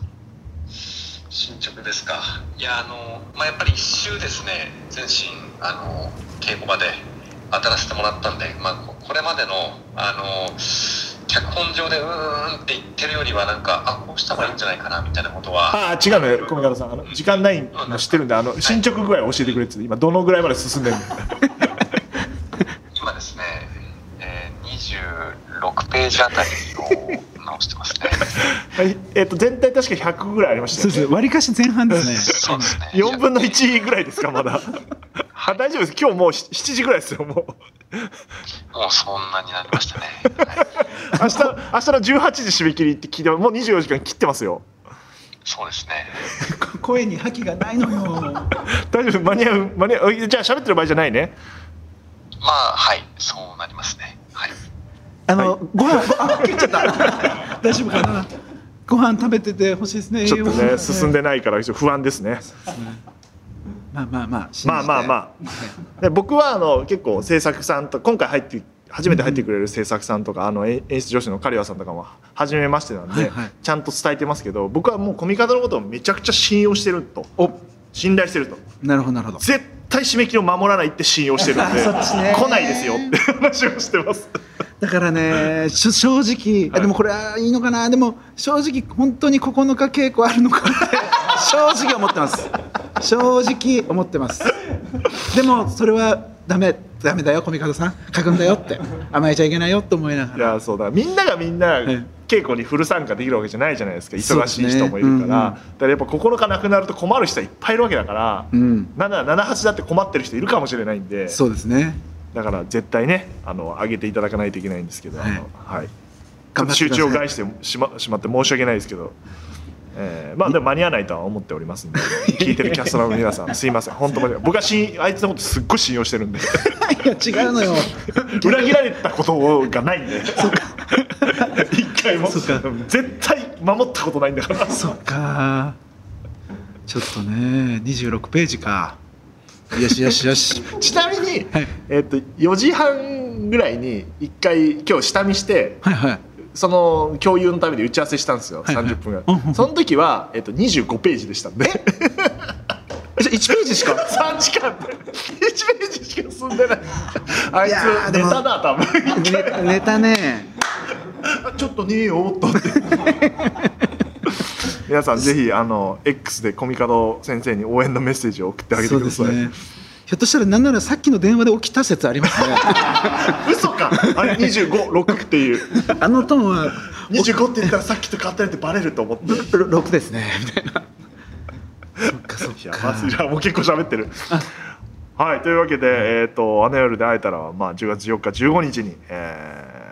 S3: 進捗ですか。いや、あの、まあ、やっぱり一周ですね、全身、あの、稽古場で当たらせてもらったんで、まあ、ここれまでの、あの、脚本上でうーんって言ってるよりは、なんか、あ、こうした方がいいんじゃないかな、みたいなことは、
S1: ああ違うのよ、小見方さん、あの時間ないの知ってるんで、あの進捗具合教えてくれって言って、今どのぐらいまで進んでるの。
S3: 今ですね、えー、26ページあたりを直してますね。
S1: はいえっと全体確か100ぐらいありまし
S2: そう
S1: た
S2: で
S1: よ
S2: すね。
S1: ね。
S2: 割りかし前半ですね。
S3: そうですね。
S1: 4分の1ぐらいですかまだ。あ大丈夫です。今日もうし7時ぐらいですよもう。
S3: もうそんなになりましたね。はい
S1: 明日明日の18時締め切りって聞いてもう24時間切ってますよ。
S3: そうですね。
S2: 声に覇気がないのよ。
S1: 大丈夫間に合う間に合うじゃあ喋ってる場合じゃないね。
S3: まあ、はい、そうなりますね。はい。
S2: あの、ご飯、あ、切っちゃった。 大丈夫かな。ご飯食べてて欲しいですね。
S1: ちょっと
S2: 栄養
S1: ね
S2: も
S1: 進ん。でないから不安ですね。
S2: まあまあまあ。
S1: まあまあまあで僕はあの結構制作さんと今回入って初めて入ってくれる制作さんとか、あのえ演出女子の刈谷さんとかも初めましてなんで、
S2: はいはい
S1: ちゃんと伝えてますけど僕はもうコミカドのことをめちゃくちゃ信用してると
S2: あ。お、
S1: 信頼してると
S2: なるほどなるほど。
S1: 絶対締め切りを守らないって信用してるんで
S2: あそっちね
S1: 来ないですよって話をしてます
S2: だからね、しょ正直、あでもこれはいいのかな。でも正直本当に9日稽古あるのか なって正直思ってます。正直思ってます。でもそれはダメダメだよコミカドさん書くんだよって甘えちゃいけないよって思いなが
S1: い
S2: ら
S1: やそうだみんながみんない稽古にフル参加できるわけじゃないじゃないですか
S2: そう
S1: 忙
S2: です
S1: し
S2: ね
S1: い人もいるから、
S2: うんうん
S1: だからやっぱ心がなくなると困る人はいっぱいいるわけだから、
S2: うん
S1: なんなら七八だって困ってる人いるかもしれないんで
S2: そうですね
S1: だから絶対ねあの上げていただかないといけないんですけど、あのはい、
S2: 頑張って
S1: 集
S2: くだ
S1: 中を
S2: さい
S1: 害してしましまって申し訳ないですけど、えーまあでも間に合わないとは思っており ますんで聞いてるキャストの皆さんすいません本当に僕はしあいつのことすっごい信用して るんで
S2: いや違うのよ
S1: 裏切られたことがないんで 一回も
S2: そっか
S1: 絶対守ったことないんだから
S2: そっかちょっとね26ページかよしよしよし
S1: ちなみに、
S2: はい
S1: えっと4時半ぐらいに一回今日下見して
S2: はいはい
S1: その共有のために打ち合わせしたんですよ、
S2: はいはい
S1: 30分ぐ
S2: うん
S1: ら
S2: うんうん
S1: いその時は、えっと25ページでしたんで
S2: えじゃあ1ページしか
S1: 3時間で1ページしか進んでないあい
S2: いやー
S1: つ
S2: で
S1: ネ
S2: も
S1: タだ多分
S2: ネネタね
S1: ちょっとねえよっとって 皆さんぜひあの X でコミカド先生に応援のメッセージを送ってあげて
S2: そう
S1: く
S2: で
S1: だ
S2: す
S1: さい、
S2: ねひょっとしたらなんならさっきの電話で起きた説ありますね
S1: 嘘かあれ256っていう
S2: あのトーンは
S1: 25って言ったらさっきと変わったねってバレると思って
S2: 6ですねみたいなそっかそっ
S1: いやまず
S2: か
S1: いやもう結構喋ってるはいというわけで「えー、とあの夜で会えたら」は、まあ、10月4日15日に、えー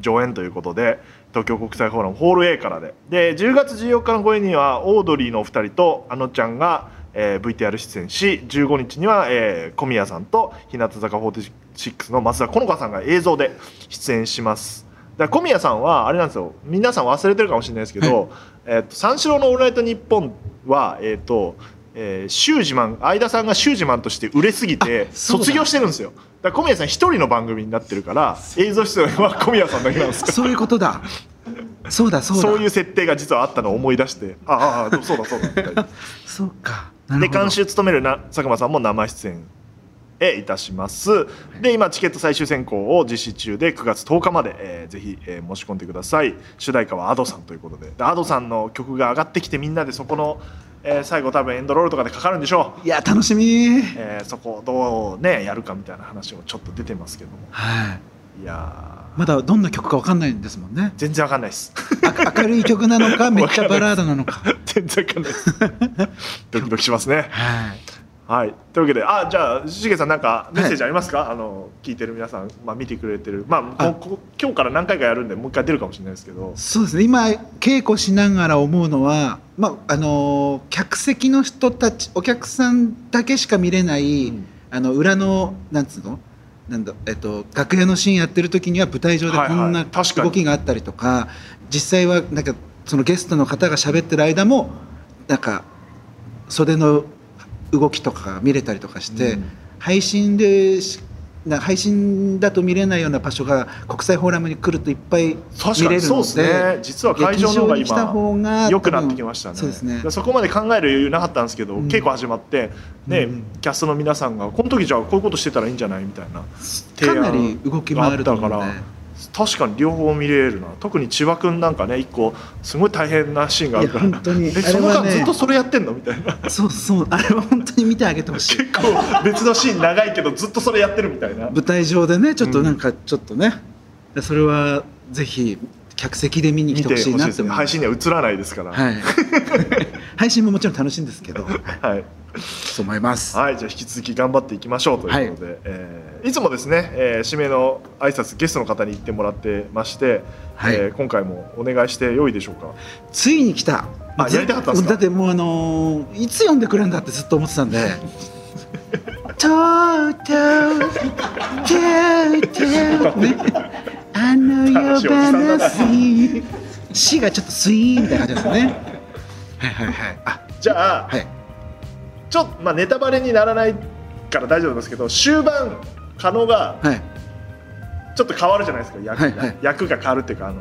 S1: 上演ということで東京国際フォーラムホール A からでで10月14日の公演にはオードリーのお二人とあのちゃんが、えー VTR 出演し15日には、えー小宮さんと日向坂46の松田好花さんが映像で出演しますだから小宮さんはあれなんですよ皆さん忘れてるかもしれないですけど、えっと三四郎の「オールナイトニッポン」はえっ、と、えー、シュージマン相田さんがシュージマンとして売れすぎて
S2: あそうだ
S1: 卒業してるんですよだから小宮さん一人の番組になってるから映像出演は小宮さんだけなんですよ
S2: そういうことだそうだそうだ
S1: そういう設定が実はあったのを思い出してああああそうだそうだみたいな
S2: そうかなる
S1: で
S2: ほど
S1: 監修務めるな佐久間さんも生出演へいたしますで今チケット最終選考を実施中で9月10日まで、えーぜひ、えー申し込んでください主題歌は Ado さんということでで Ado さんの曲が上がってきてみんなでそこの、えー最後多分エンドロールとかでかかるんでしょう、
S2: いや楽しみ
S1: えーそこをどうねやるかみたいな話もちょっと出てますけども
S2: はい
S1: いやー
S2: まだどんな曲かわかんないんですもんね
S1: 全然わかんないです
S2: あ明るい曲なのかめっちゃバラードなのか
S1: 全然わかんないです ドキドキしますね
S2: はい
S1: はい、というわけで、あ、じゃあ、しげさん、なんかメッセージありますか、あの、聞いてる皆さん、まあ、見てくれてる。まあ、
S2: あ
S1: ここ今日から何回かやるんで、もう一回出るかもしれないですけど。
S2: そうですね今稽古しながら思うのは、まああのー客席の人たちお客さんだけしか見れない、
S1: うん
S2: あの裏のなんつうのなんだえっと、楽屋のシーンやってる時には舞台上で
S1: はいはい
S2: こんな
S1: 確かに
S2: 動きがあったりとか,、実際はなんかそのゲストの方が喋ってる間もなんか袖の動きとかが見れたりとかして、
S1: うん
S2: 配信でしな配信だと見れないような場所が国際フォーラムに来るといっぱい
S1: 確
S2: 見
S1: か
S2: れ
S1: に、
S2: る
S1: そう
S2: の
S1: ですね
S2: で。
S1: 実は会場の方が
S2: 劇に来た
S1: 今。
S2: 方が
S1: 良くなってきましたね
S2: そうですね
S1: でそこまで考える余裕なかったんですけど、
S2: うん
S1: 稽古始まって、ね
S2: うん
S1: キャストの皆さんがこの時じゃあこういうことしてたらいいんじゃないみたいな
S2: かなり動き回ると思うの
S1: あっ
S2: で
S1: た確かに両方見れるな特に千葉君なんかね一個すごい大変なシーンがあるから
S2: いや本当に
S1: え
S2: あれは
S1: その間
S2: ね
S1: ずっとそれやってんのみたいな
S2: そうそうあれは本当に見てあげてほ しい
S1: 結構別のシーン長いけどずっとそれやってるみたいな
S2: 舞台上でねちょっと
S1: うん
S2: なんかちょっとね、でそれはぜひ客席で見に来
S1: 見
S2: て
S1: てほ
S2: ほ
S1: し
S2: し
S1: い
S2: い
S1: で
S2: なって
S1: す
S2: 思
S1: ね
S2: い
S1: 配
S2: ます
S1: 信には映らないですからはい、
S2: はい 配信ももちろん楽しいんですけどはい
S1: はい
S2: そう思います
S1: じゃあ引き続き頑張っていきましょうということで、いえーいつもですね、えー締めの挨拶ゲストの方に言ってもらってまして、
S2: はい
S1: えー今回もお願いしてよいでしょうか
S2: ついに来た
S1: あやりたかったんですか
S2: だってもうあのーいつ読んでくれるんだってずっと思って たんでとうとうとうとうねあの夜 話死がちょっとスイーンみたいな感じですねはいはいはいあ
S1: じゃあ、
S2: はい
S1: ちょっと、まあ、ネタバレにならないから大丈夫ですけど終盤狩野が
S2: はい
S1: ちょっと変わるじゃないですか役,、
S2: はいはい
S1: 役が変わるっていうかあの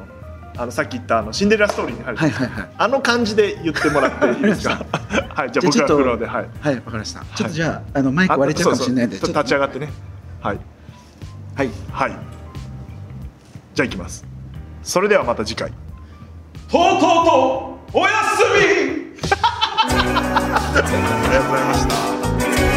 S1: あのさっき言ったあのシンデレラストーリーに入る、
S2: はいはいはい
S1: あの感じで言ってもらって いいですかはいじゃあ僕
S2: じゃあ
S1: が
S2: ちょっと
S1: フローではい
S2: はいわかりましたちょっとじゃああのマイク割れちゃうかもしれないんで
S1: そうそう立ち
S2: ちょっ
S1: 上がってねはい
S2: とはい
S1: はいじゃあいきますそれではまた次回
S4: とうとう とおやすみ
S1: ありがとうございました